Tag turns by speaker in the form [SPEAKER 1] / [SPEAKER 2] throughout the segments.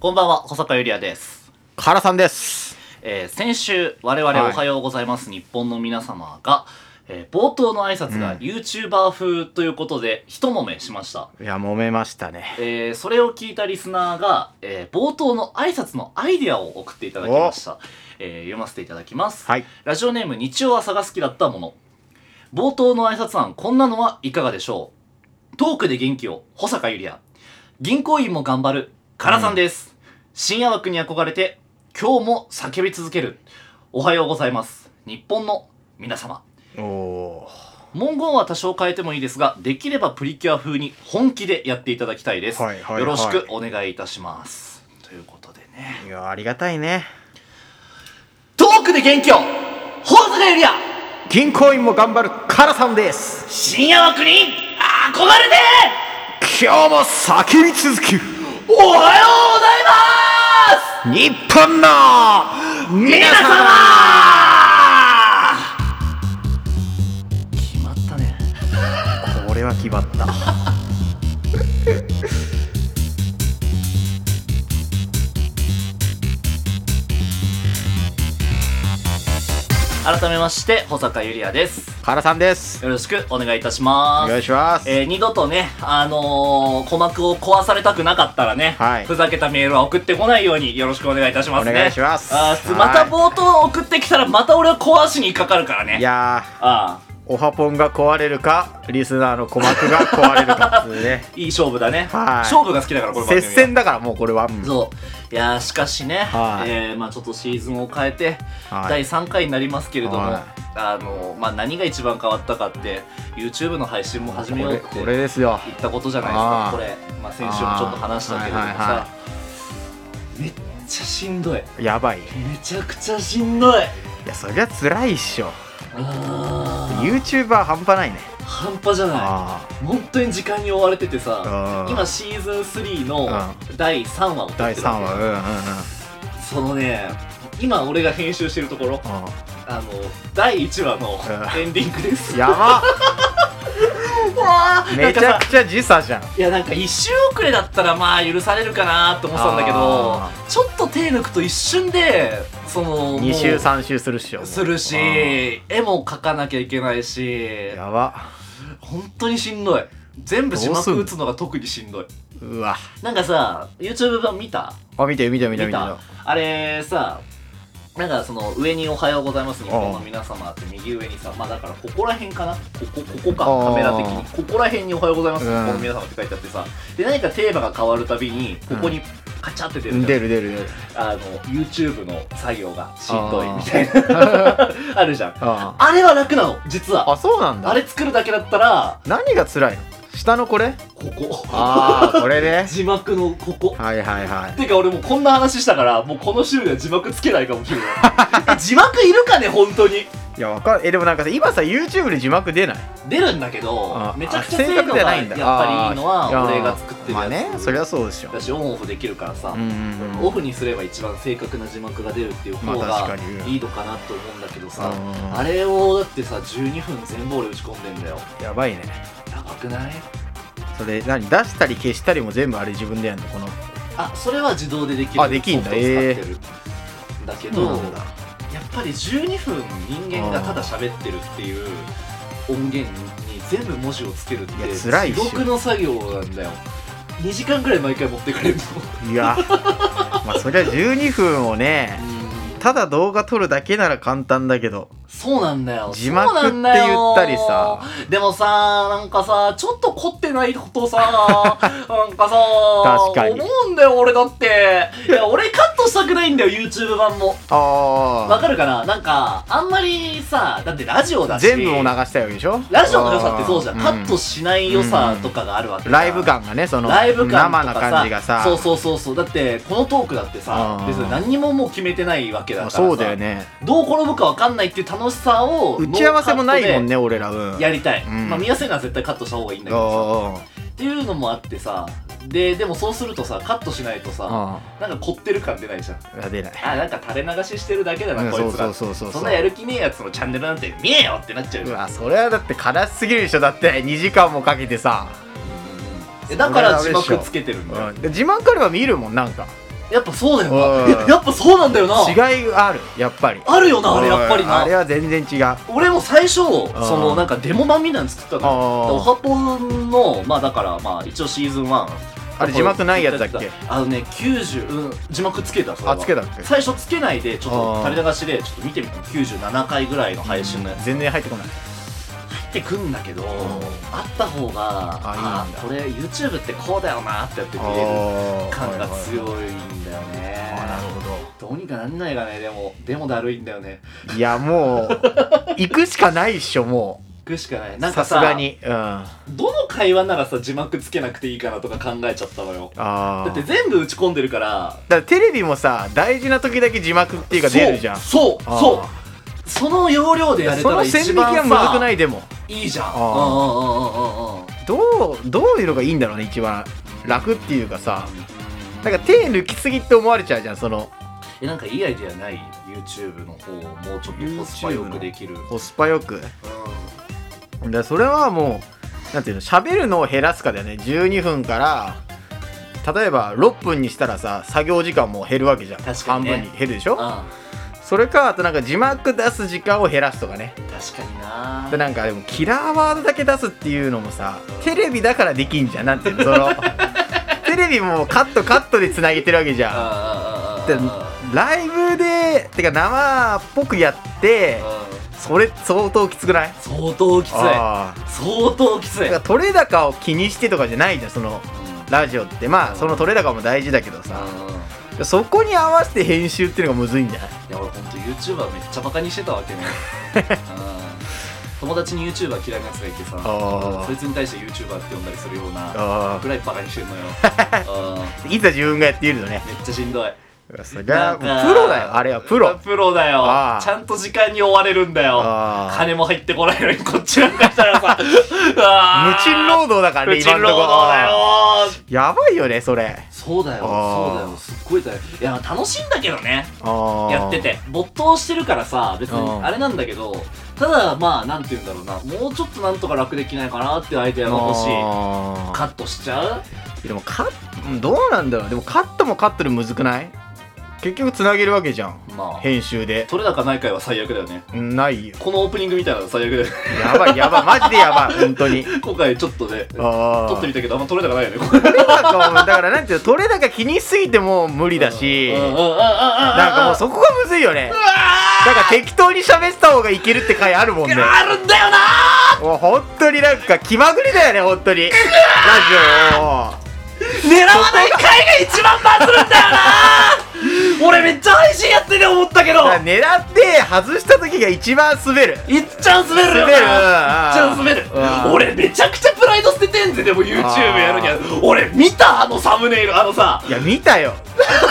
[SPEAKER 1] こんばんは、保坂ゆりやです。
[SPEAKER 2] 原さんです。
[SPEAKER 1] えー先週、我々
[SPEAKER 2] はい
[SPEAKER 1] おはようございます、日本の皆様が、えー冒頭の挨拶が
[SPEAKER 2] うん
[SPEAKER 1] YouTuber 風ということで、一揉めしました。
[SPEAKER 2] いや、揉めましたね。
[SPEAKER 1] えーそれを聞いたリスナーが、えー冒頭の挨拶のアイデアを送っていただきました。えー読ませていただきます。
[SPEAKER 2] はい。
[SPEAKER 1] ラジオネーム日曜朝が好きだったもの。冒頭の挨拶案、こんなのはいかがでしょうトークで元気を、保坂ゆりや。銀行員も頑張る、からさんです。深夜枠に憧れて、今日も叫び続ける。おはようございます。日本の皆様。
[SPEAKER 2] おお。
[SPEAKER 1] 文言は多少変えてもいいですが、できればプリキュア風に本気でやっていただきたいです。
[SPEAKER 2] はいはいはい
[SPEAKER 1] よろしくお願いいたします。ということでね。
[SPEAKER 2] いや、ありがたいね。
[SPEAKER 1] トークで元気を、保坂ゆりや
[SPEAKER 2] 銀行員も頑張る原さんです。
[SPEAKER 1] 深夜枠に憧れて
[SPEAKER 2] 今日も叫び続ける。
[SPEAKER 1] おはようございます
[SPEAKER 2] 日本の皆
[SPEAKER 1] 皆様決まったね
[SPEAKER 2] これは決まった。
[SPEAKER 1] 改めまして保坂ゆりやです
[SPEAKER 2] 原さんです。
[SPEAKER 1] よろしくお願いいたしま
[SPEAKER 2] お
[SPEAKER 1] す
[SPEAKER 2] 願いします。
[SPEAKER 1] えー二度とね、あのー鼓膜を壊されたくなかったらね、
[SPEAKER 2] はい
[SPEAKER 1] ふざけたメールは送ってこないようによろしくお願いいたしますね。
[SPEAKER 2] お願いします
[SPEAKER 1] あー
[SPEAKER 2] はい
[SPEAKER 1] また冒頭送ってきたらまた俺は壊しにかかるからね。
[SPEAKER 2] いや
[SPEAKER 1] あ
[SPEAKER 2] ー、オハポンが壊れるか、リスナーの鼓膜 が壊れるかっていうね。
[SPEAKER 1] ーいい勝負だね。
[SPEAKER 2] はい
[SPEAKER 1] 勝負が好きだからこれ
[SPEAKER 2] 接戦だからもうこれは。うん
[SPEAKER 1] そういやーしかしね、
[SPEAKER 2] はい
[SPEAKER 1] えーまあ、ちょっとシーズンを変えて、
[SPEAKER 2] はい
[SPEAKER 1] 第3回になりますけれども、
[SPEAKER 2] はい
[SPEAKER 1] あのまあ、何が一番変わったかって YouTube の配信も始めようって
[SPEAKER 2] これこれ
[SPEAKER 1] 言
[SPEAKER 2] ですよ。
[SPEAKER 1] ったことじゃないです
[SPEAKER 2] あ
[SPEAKER 1] か
[SPEAKER 2] ー
[SPEAKER 1] これ、まあ、先週もちょっと話したけれどもさ、
[SPEAKER 2] あーはいはいは
[SPEAKER 1] めっちゃしんどい
[SPEAKER 2] やばい。い
[SPEAKER 1] めちゃくちゃしんどい
[SPEAKER 2] や、そりゃ辛いっしょ。
[SPEAKER 1] あ
[SPEAKER 2] YouTuber 半端ないね。
[SPEAKER 1] ー半端じゃな
[SPEAKER 2] あ
[SPEAKER 1] い本当に時間に追われててさ
[SPEAKER 2] うん
[SPEAKER 1] 今シーズン3の
[SPEAKER 2] う
[SPEAKER 1] 第3話を撮ってるわ
[SPEAKER 2] 第
[SPEAKER 1] け
[SPEAKER 2] 3話、うんうんうん。
[SPEAKER 1] そのね今俺が編集してるところ
[SPEAKER 2] う
[SPEAKER 1] あの第1話の
[SPEAKER 2] うん
[SPEAKER 1] エンディングです。
[SPEAKER 2] んやば
[SPEAKER 1] わー
[SPEAKER 2] めち
[SPEAKER 1] な
[SPEAKER 2] ゃ
[SPEAKER 1] んか
[SPEAKER 2] く
[SPEAKER 1] さ
[SPEAKER 2] ちゃ時差じゃん
[SPEAKER 1] いやなんか一周遅れだったらまあ許されるかなと思ってたんだけど
[SPEAKER 2] あ
[SPEAKER 1] ちょっと手抜くと一瞬でその
[SPEAKER 2] 2週
[SPEAKER 1] もう
[SPEAKER 2] 3週するっしょ
[SPEAKER 1] するし
[SPEAKER 2] あー
[SPEAKER 1] 絵も描かなきゃいけないし
[SPEAKER 2] やば
[SPEAKER 1] 本当にしんどい全部字幕打つのが特にしんどいう
[SPEAKER 2] わ
[SPEAKER 1] なんかさ YouTube 版見た
[SPEAKER 2] あ見て見て見て
[SPEAKER 1] 見
[SPEAKER 2] 見て
[SPEAKER 1] たあれさなんかその上に「おはようございます日本の皆様」って右上にさまあだからここら辺かなここここか
[SPEAKER 2] あー
[SPEAKER 1] カメラ的にここら辺に「おはようございます日
[SPEAKER 2] うん
[SPEAKER 1] 本の皆様」って書いてあってさで何かテーマが変わるたびにここにカチャって出るじゃん
[SPEAKER 2] 出る出る出る
[SPEAKER 1] あの YouTube の作業がしんどい
[SPEAKER 2] あー
[SPEAKER 1] みたいな あるじゃん
[SPEAKER 2] あ
[SPEAKER 1] あれは楽なの実
[SPEAKER 2] ー
[SPEAKER 1] は
[SPEAKER 2] あそうなん
[SPEAKER 1] あ
[SPEAKER 2] だ
[SPEAKER 1] れ作るだけだったら
[SPEAKER 2] 何が辛いの下のこれ
[SPEAKER 1] ここ
[SPEAKER 2] ああこれね
[SPEAKER 1] 字幕のここ
[SPEAKER 2] はいはいはい
[SPEAKER 1] てか俺もうこんな話したからもうこの週では字幕つけないかもしれない え字幕いるかね本当に
[SPEAKER 2] いやわかるえでもなんかさ今さ YouTube で字幕出ない
[SPEAKER 1] 出るんだけど
[SPEAKER 2] あ
[SPEAKER 1] めちゃくちゃ
[SPEAKER 2] あ
[SPEAKER 1] 精度が
[SPEAKER 2] じゃ
[SPEAKER 1] やっぱりいいのは
[SPEAKER 2] あー
[SPEAKER 1] 俺が作ってる
[SPEAKER 2] ま
[SPEAKER 1] や
[SPEAKER 2] あ
[SPEAKER 1] つ、
[SPEAKER 2] ねそりゃそうでしょ
[SPEAKER 1] だしオンオフできるからさ、
[SPEAKER 2] うんうんうん
[SPEAKER 1] オフにすれば一番正確な字幕が出るっていう方
[SPEAKER 2] まあ
[SPEAKER 1] が
[SPEAKER 2] 確かにうん
[SPEAKER 1] いいのかなと思うんだけどさ、
[SPEAKER 2] うん
[SPEAKER 1] あれをだってさ12分全部俺打ち込んでんだよ
[SPEAKER 2] やばいね
[SPEAKER 1] やばくない
[SPEAKER 2] それ何出したり消したりも全部あれ自分でやるのこの
[SPEAKER 1] あそれは自動でできる
[SPEAKER 2] あできんだ
[SPEAKER 1] ソフトを使ってる、だけど
[SPEAKER 2] そうなんだ
[SPEAKER 1] やっぱり12分人間がただ喋ってるっていう音源に全部文字をつけるって
[SPEAKER 2] いや辛いっしょ
[SPEAKER 1] 地獄の作業なんだよ2時間ぐらい毎回持ってくれるの
[SPEAKER 2] いやまあそりゃ12分をね ただ動画撮るだけなら簡単だけど
[SPEAKER 1] そうなんだよ
[SPEAKER 2] 字幕って
[SPEAKER 1] そう
[SPEAKER 2] 言
[SPEAKER 1] なんだよ
[SPEAKER 2] ったりさ
[SPEAKER 1] でもさなんかさちょっと凝ってないこと さなんかさ
[SPEAKER 2] 確かに
[SPEAKER 1] 思うんだよ俺だっていや俺カットしたくないんだよ YouTube 版もわ
[SPEAKER 2] あ
[SPEAKER 1] かるかななんかあんまりさだってラジオだ
[SPEAKER 2] あ
[SPEAKER 1] し
[SPEAKER 2] 全部を流したいわけでしょ
[SPEAKER 1] ラジオの良さってそうじゃん、
[SPEAKER 2] あー
[SPEAKER 1] カットしない良さとかがあるわけじ
[SPEAKER 2] うん
[SPEAKER 1] ゃん
[SPEAKER 2] ライブ感がねその
[SPEAKER 1] ライブ感
[SPEAKER 2] 生
[SPEAKER 1] と
[SPEAKER 2] な
[SPEAKER 1] かさ
[SPEAKER 2] 感じがさ
[SPEAKER 1] そうそうそうそうだってこのトークだってさ
[SPEAKER 2] あー
[SPEAKER 1] 別に何にももう決めてないわけだ
[SPEAKER 2] ま
[SPEAKER 1] か
[SPEAKER 2] あ
[SPEAKER 1] らさ
[SPEAKER 2] そうだよね
[SPEAKER 1] どう転ぶか分かんないっていう楽しさを
[SPEAKER 2] 打ち合わせもないもんね俺らう
[SPEAKER 1] ノーカッ
[SPEAKER 2] ん
[SPEAKER 1] トでやりたい、
[SPEAKER 2] うん
[SPEAKER 1] まあ見やすいのは絶対カットした方がいいんだけど
[SPEAKER 2] あ
[SPEAKER 1] さっていうのもあってさででもそうするとさカットしないとさ
[SPEAKER 2] あ
[SPEAKER 1] なんか凝ってる感出ないじゃん
[SPEAKER 2] あ出ない
[SPEAKER 1] あなんか垂れ流ししてるだけだな、
[SPEAKER 2] うん
[SPEAKER 1] こ
[SPEAKER 2] そ
[SPEAKER 1] いうつら
[SPEAKER 2] そうそうそう
[SPEAKER 1] そ
[SPEAKER 2] うん
[SPEAKER 1] なやる気ねえやつのチャンネルなんて見えよってなっちゃう
[SPEAKER 2] う
[SPEAKER 1] じゃん
[SPEAKER 2] わそれはだって悲しすぎるでしょだって2時間もかけてさ
[SPEAKER 1] えだから字幕つけてるんだよ、
[SPEAKER 2] うんで字幕あれば見るもんなんか
[SPEAKER 1] やっぱそうだよ
[SPEAKER 2] うん
[SPEAKER 1] な やっぱそうなんだよな
[SPEAKER 2] 違いがあるやっぱり
[SPEAKER 1] あるよなあれやっぱり
[SPEAKER 2] うんあれ
[SPEAKER 1] な
[SPEAKER 2] は全然違う
[SPEAKER 1] 俺も最初そ
[SPEAKER 2] ん
[SPEAKER 1] のなんかデモ版みたいなの作ったの
[SPEAKER 2] あー
[SPEAKER 1] オハポンのまあだからまあ一応シーズン1
[SPEAKER 2] あれ字幕ないやつだっけ
[SPEAKER 1] あのね90、うん、字幕つけたそれは
[SPEAKER 2] あつけたっけ
[SPEAKER 1] 最初つけないでちょっ
[SPEAKER 2] あ
[SPEAKER 1] と
[SPEAKER 2] ー
[SPEAKER 1] 垂れ流しでちょっと見てみたの97回ぐらいの配信のやつ
[SPEAKER 2] 全然入ってこない
[SPEAKER 1] 入ってくんだけどあった方が
[SPEAKER 2] あいいんだ
[SPEAKER 1] これ YouTube ってこうだよなってやって見れる
[SPEAKER 2] あー
[SPEAKER 1] 感が強
[SPEAKER 2] はいはいはい
[SPEAKER 1] いんだよ
[SPEAKER 2] あーなる
[SPEAKER 1] ね
[SPEAKER 2] ほ
[SPEAKER 1] どうにかなんないかねでもでもだるいんだよね
[SPEAKER 2] どいやもう行くしかないっしょも
[SPEAKER 1] 行くしかないうなん
[SPEAKER 2] さ
[SPEAKER 1] か
[SPEAKER 2] すが
[SPEAKER 1] さ
[SPEAKER 2] にうんあ
[SPEAKER 1] どの会話ならさ字幕つけなくていいかなとか考えちゃったのよ
[SPEAKER 2] あ
[SPEAKER 1] だって全部打ち込んでるから
[SPEAKER 2] だからテレビもさ大事な時だけ字幕っていうか出るじゃん
[SPEAKER 1] そうそうそう
[SPEAKER 2] あ
[SPEAKER 1] その要領でや
[SPEAKER 2] ー
[SPEAKER 1] れた
[SPEAKER 2] そ
[SPEAKER 1] ら
[SPEAKER 2] の線
[SPEAKER 1] 一
[SPEAKER 2] 引き
[SPEAKER 1] 番
[SPEAKER 2] は
[SPEAKER 1] さ
[SPEAKER 2] むずくないでも
[SPEAKER 1] いいじゃんうん
[SPEAKER 2] あ
[SPEAKER 1] うんうんうんうんうん
[SPEAKER 2] どうどういうのがいいんだろうね一番楽っていうかさなんか手抜きすぎって思われちゃうじゃんその
[SPEAKER 1] えなんかいいアイディアない YouTube の方をもうちょっとコスパよくできる、うん、
[SPEAKER 2] コスパよくだからそれはもうなんていうの喋るのを減らすかだよね12分から例えば6分にしたらさ作業時間も減るわけじゃん
[SPEAKER 1] 確かにね
[SPEAKER 2] 半分に減るでしょ
[SPEAKER 1] あ
[SPEAKER 2] それかあとなんか字幕出す時間を減らすとかね
[SPEAKER 1] 確かにな
[SPEAKER 2] でなんかでもキラーワードだけ出すっていうのもさテレビだからできんじゃんなんていうの そのテレビもカットカットでつなげてるわけじゃん
[SPEAKER 1] あ
[SPEAKER 2] でライブでてか生っぽくやってそれ相当きつくない
[SPEAKER 1] 相当きつい
[SPEAKER 2] あー
[SPEAKER 1] 相当きつい、
[SPEAKER 2] だから取れ高を気にしてとかじゃないじゃんその
[SPEAKER 1] うん
[SPEAKER 2] ラジオってまあその取れ高も大事だけどさそこに合わせて編集っていうのがむずいんじゃない
[SPEAKER 1] いや俺ほんと YouTuber めっちゃバカにしてたわけ ね、うん、友達に YouTuber 嫌いなやつがいて
[SPEAKER 2] あ
[SPEAKER 1] さ
[SPEAKER 2] ー
[SPEAKER 1] そいつに対して YouTuber って呼んだりするような
[SPEAKER 2] あ
[SPEAKER 1] ぐらいバカにして んのよ、うん
[SPEAKER 2] ーいざ自分がやっているのね
[SPEAKER 1] めっちゃしんどい
[SPEAKER 2] そりゃもうプ
[SPEAKER 1] なんか
[SPEAKER 2] ロだよあれはプロ
[SPEAKER 1] プロだよ
[SPEAKER 2] ああ
[SPEAKER 1] ちゃんと時間に追われるんだよ
[SPEAKER 2] あー
[SPEAKER 1] 金も入ってこないのにこっちなんかした らさう
[SPEAKER 2] 無
[SPEAKER 1] わー
[SPEAKER 2] 賃労働だからね
[SPEAKER 1] 無賃
[SPEAKER 2] 今
[SPEAKER 1] 労
[SPEAKER 2] のとこ
[SPEAKER 1] 働だよ
[SPEAKER 2] やばいよねそれ
[SPEAKER 1] そうだよ
[SPEAKER 2] あ
[SPEAKER 1] そ
[SPEAKER 2] あ
[SPEAKER 1] うだよすっごい大変いや楽しいんだけどねや
[SPEAKER 2] や
[SPEAKER 1] ってて没頭してるからさ別
[SPEAKER 2] う
[SPEAKER 1] に
[SPEAKER 2] ん
[SPEAKER 1] あれなんだけどただまあなんて言うんだろうなもうちょっとなんとか楽できないかなっていうアイデアが欲しいカットしちゃう
[SPEAKER 2] でもカッうんどうなんだろうでもカットもカットでむずくない結局つなげるわけじゃん
[SPEAKER 1] まあ
[SPEAKER 2] 編集で
[SPEAKER 1] 取れ高ない回は最悪だよね
[SPEAKER 2] うんないよ
[SPEAKER 1] このオープニングみたいなの最悪だよね
[SPEAKER 2] やばいやばいマジでやばい本当に
[SPEAKER 1] 今回ちょっとね
[SPEAKER 2] ああ
[SPEAKER 1] 撮ってみたけどあんま取れ高ないよねこれ
[SPEAKER 2] 取れ高をだからなんていうの取れ高気にしすぎても無理だし
[SPEAKER 1] うんうんうんうんうんうん
[SPEAKER 2] なんかもうそこがむずいよね
[SPEAKER 1] うわー
[SPEAKER 2] だから適当に喋った方がいけるって回あるもんね
[SPEAKER 1] あるんだよな
[SPEAKER 2] もう本当になんか気まぐれだよね本当にラジオを
[SPEAKER 1] 狙わない回が一番バズるんだよな俺めっちゃ配信やってて思った けど
[SPEAKER 2] だから狙って外した時が一番滑る
[SPEAKER 1] いっちゃん滑るよ
[SPEAKER 2] 滑る
[SPEAKER 1] な
[SPEAKER 2] うん
[SPEAKER 1] いっちゃん滑
[SPEAKER 2] う
[SPEAKER 1] る
[SPEAKER 2] ん
[SPEAKER 1] 俺めちゃくちゃプライド捨ててんぜでも YouTube やるには俺見たあのサムネイルあのさ
[SPEAKER 2] いや見たよ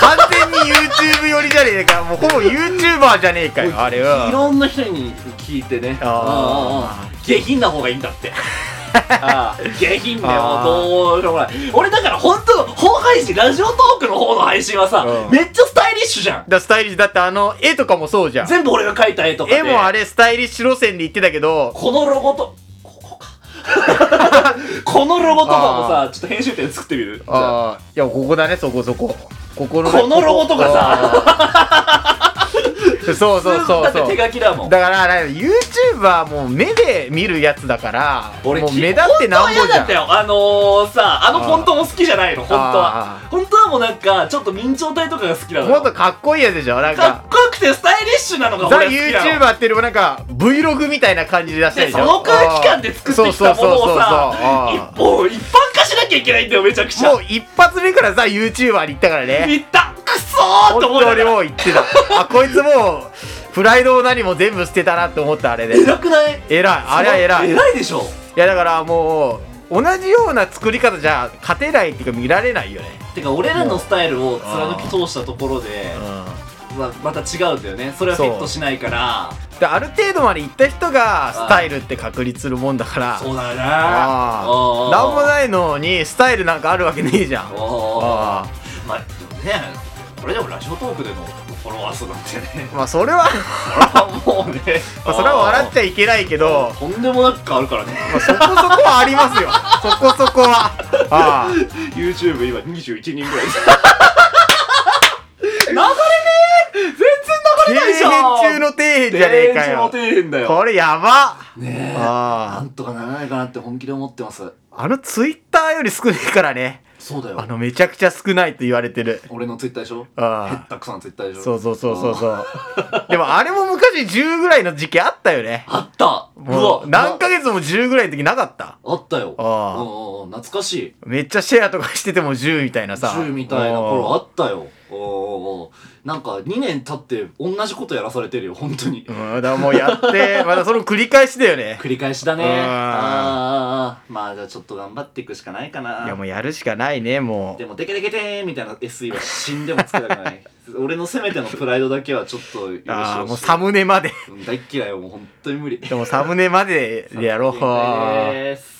[SPEAKER 2] 完全に YouTube 寄りじゃねえかもうほぼ YouTuber じゃねえかよあれ
[SPEAKER 1] い
[SPEAKER 2] は
[SPEAKER 1] ろんな人に聞いてね
[SPEAKER 2] あ
[SPEAKER 1] うんうんうん下品な方がいいんだって ああ下品だよ
[SPEAKER 2] ああ
[SPEAKER 1] どうしようもない俺だから本当の本配信ラジオトークの方の配信はさ、
[SPEAKER 2] うん
[SPEAKER 1] めっちゃスタイリッシュじゃん
[SPEAKER 2] だスタイリッシュだってあの絵とかもそうじゃん
[SPEAKER 1] 全部俺が描いた絵とかで
[SPEAKER 2] 絵もあれスタイリッシュ路線で言ってたけど
[SPEAKER 1] このロゴとここか このロゴとかもさちょっと編集点作ってみるじゃあ
[SPEAKER 2] ああいやここだねそこそこここの
[SPEAKER 1] このロゴとか
[SPEAKER 2] さ そうそうそう
[SPEAKER 1] だ
[SPEAKER 2] そ
[SPEAKER 1] っ
[SPEAKER 2] う
[SPEAKER 1] て手書きだもん
[SPEAKER 2] だから YouTuber はもう目で見るやつだから
[SPEAKER 1] 俺
[SPEAKER 2] もう
[SPEAKER 1] き
[SPEAKER 2] 目立ってなん
[SPEAKER 1] 本当
[SPEAKER 2] ぼ
[SPEAKER 1] は嫌
[SPEAKER 2] じゃ
[SPEAKER 1] だ
[SPEAKER 2] ん
[SPEAKER 1] ったよあのー、さあのフォントも好きじゃないの本当は
[SPEAKER 2] あー
[SPEAKER 1] 本当はもうなんかちょっと明朝体とかが好きなの
[SPEAKER 2] もっと
[SPEAKER 1] よ
[SPEAKER 2] かっこいいやつでしょなん
[SPEAKER 1] か
[SPEAKER 2] か
[SPEAKER 1] っこよくてスタイリッシュなのが
[SPEAKER 2] ザ・
[SPEAKER 1] 俺は好きなの
[SPEAKER 2] YouTuber っていうよりもなんか Vlog みたいな感じで出した
[SPEAKER 1] で
[SPEAKER 2] でしょ
[SPEAKER 1] その空気感で作ってきたものをさ
[SPEAKER 2] そうそうそうそう
[SPEAKER 1] 一本一般化しなきゃいけないんだよめちゃくちゃ
[SPEAKER 2] もう一発目からザ・ YouTuber に行ったからね
[SPEAKER 1] いったくそーっ
[SPEAKER 2] 本
[SPEAKER 1] て思いな
[SPEAKER 2] 当
[SPEAKER 1] が
[SPEAKER 2] に
[SPEAKER 1] ら
[SPEAKER 2] もう言ってたあこいつもうプライドを何も全部捨てたなって思ったあれで
[SPEAKER 1] 偉くない
[SPEAKER 2] 偉いあれは偉いい
[SPEAKER 1] 偉いでしょ
[SPEAKER 2] やだからもう同じような作り方じゃ勝てないっていうか見られないよね
[SPEAKER 1] てか俺らのスタイルを貫き通したところで
[SPEAKER 2] うん
[SPEAKER 1] ままた違うんだよねそれはフィットしないから
[SPEAKER 2] である程度まで行った人がスタイルって確立するもんだから
[SPEAKER 1] そうだよね
[SPEAKER 2] あ
[SPEAKER 1] うん
[SPEAKER 2] あなんもないのにスタイルなんかあるわけねえじゃん
[SPEAKER 1] おー
[SPEAKER 2] あ
[SPEAKER 1] まあでもねこれでもラジオトークでのフォロワー数なんてね
[SPEAKER 2] まあそれは
[SPEAKER 1] これはもうね
[SPEAKER 2] まあそれは笑っち
[SPEAKER 1] ゃ
[SPEAKER 2] ゃいけないけど
[SPEAKER 1] とんでもなく変わるからね
[SPEAKER 2] まあそこそこはありますよそこそこはああ
[SPEAKER 1] YouTube 今21人ぐらい
[SPEAKER 2] 底辺中の底辺じゃねえかよ
[SPEAKER 1] 底辺だよ
[SPEAKER 2] これやば
[SPEAKER 1] ねえな
[SPEAKER 2] あ
[SPEAKER 1] んとかならないかなって本気で思ってます
[SPEAKER 2] ああのツイッターより少ないからね
[SPEAKER 1] そうだ
[SPEAKER 2] あ
[SPEAKER 1] よ
[SPEAKER 2] のめちゃくちゃ少ないって言われてる
[SPEAKER 1] 俺のツイッターでしょヘ
[SPEAKER 2] あ
[SPEAKER 1] ッタクさんのツイッターでし
[SPEAKER 2] あ
[SPEAKER 1] ょ
[SPEAKER 2] そうそうそうそう そうでもあれも昔10ぐらいの時期あったよね
[SPEAKER 1] あったう
[SPEAKER 2] も
[SPEAKER 1] わ
[SPEAKER 2] う何ヶ月も10ぐらいの時なかった
[SPEAKER 1] あったよ
[SPEAKER 2] ああ
[SPEAKER 1] うんうんうん懐かしい
[SPEAKER 2] めっちゃシェアとかしてても10みたいなさ
[SPEAKER 1] 中みたいな頃あ
[SPEAKER 2] あ
[SPEAKER 1] ったよおうおうおうなんか2年経って同じことやらされてるよ本当に
[SPEAKER 2] うんだからもうやって まだその繰り返しだよね
[SPEAKER 1] 繰り返しだね
[SPEAKER 2] うん
[SPEAKER 1] ああああああまあじゃあちょっと頑張っていくしかないかない
[SPEAKER 2] やもうやるしかないねも
[SPEAKER 1] でもデケデケでーみたいな SE は死んでもつけたくない 俺のせめてのプライドだけはちょっと許して
[SPEAKER 2] うああも
[SPEAKER 1] ほ
[SPEAKER 2] う
[SPEAKER 1] し
[SPEAKER 2] サムネまで
[SPEAKER 1] いうん大っ嫌いよもう本当に無理
[SPEAKER 2] でもサムネまででやろう
[SPEAKER 1] です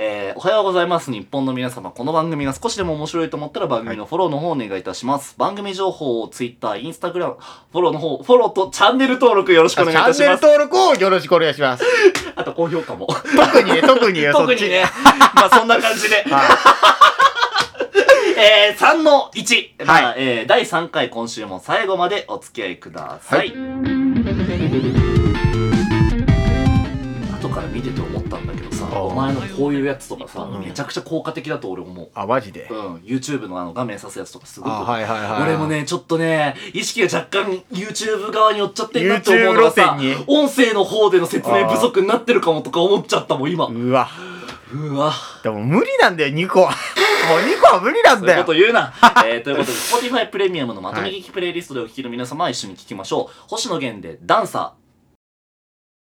[SPEAKER 1] えーおはようございます日本の皆様この番組が少しでも面白いと思ったら番組のフォローの方お願いいたします、番組情報を Twitter、Instagram フォローの方フォローとチャンネル登録よろしく
[SPEAKER 2] あ
[SPEAKER 1] お
[SPEAKER 2] チ
[SPEAKER 1] 願いいた
[SPEAKER 2] ャン
[SPEAKER 1] し
[SPEAKER 2] ネル
[SPEAKER 1] ます
[SPEAKER 2] 登録をよろしくお願いします。
[SPEAKER 1] あと高評価も
[SPEAKER 2] 特 にね、特によ、
[SPEAKER 1] 特にね まあそんな感じで
[SPEAKER 2] そっち。は
[SPEAKER 1] えー、3の1、
[SPEAKER 2] はい
[SPEAKER 1] まあえー第3回今週も最後までお付き合いください、後から見てて思ったんだけどさ
[SPEAKER 2] あー
[SPEAKER 1] お前のこういうやつとかさ、
[SPEAKER 2] うん
[SPEAKER 1] めちゃくちゃ効果的だと俺思う、
[SPEAKER 2] あ、マジで
[SPEAKER 1] う。ん、YouTube のあの画面さすやつとかすごく、
[SPEAKER 2] あ、はいはいはい。
[SPEAKER 1] 俺も。ねちょっとね意識が若干 YouTube 側に寄っちゃってんなと思う
[SPEAKER 2] YouTube
[SPEAKER 1] のがさ
[SPEAKER 2] 路線に
[SPEAKER 1] 音声の方での説明不足になってるかもとか思っちゃったもん今う
[SPEAKER 2] うわ。
[SPEAKER 1] わ
[SPEAKER 2] でも無理なんだよ、2個は。も う2個は無理なん
[SPEAKER 1] そうい
[SPEAKER 2] だ
[SPEAKER 1] うこ
[SPEAKER 2] よ
[SPEAKER 1] と。言う な。えーということで、Spotify プレミアムのまとめ聞きプレイリストでお聞きの皆様は一緒に聞きましょう。星野源でダンサー。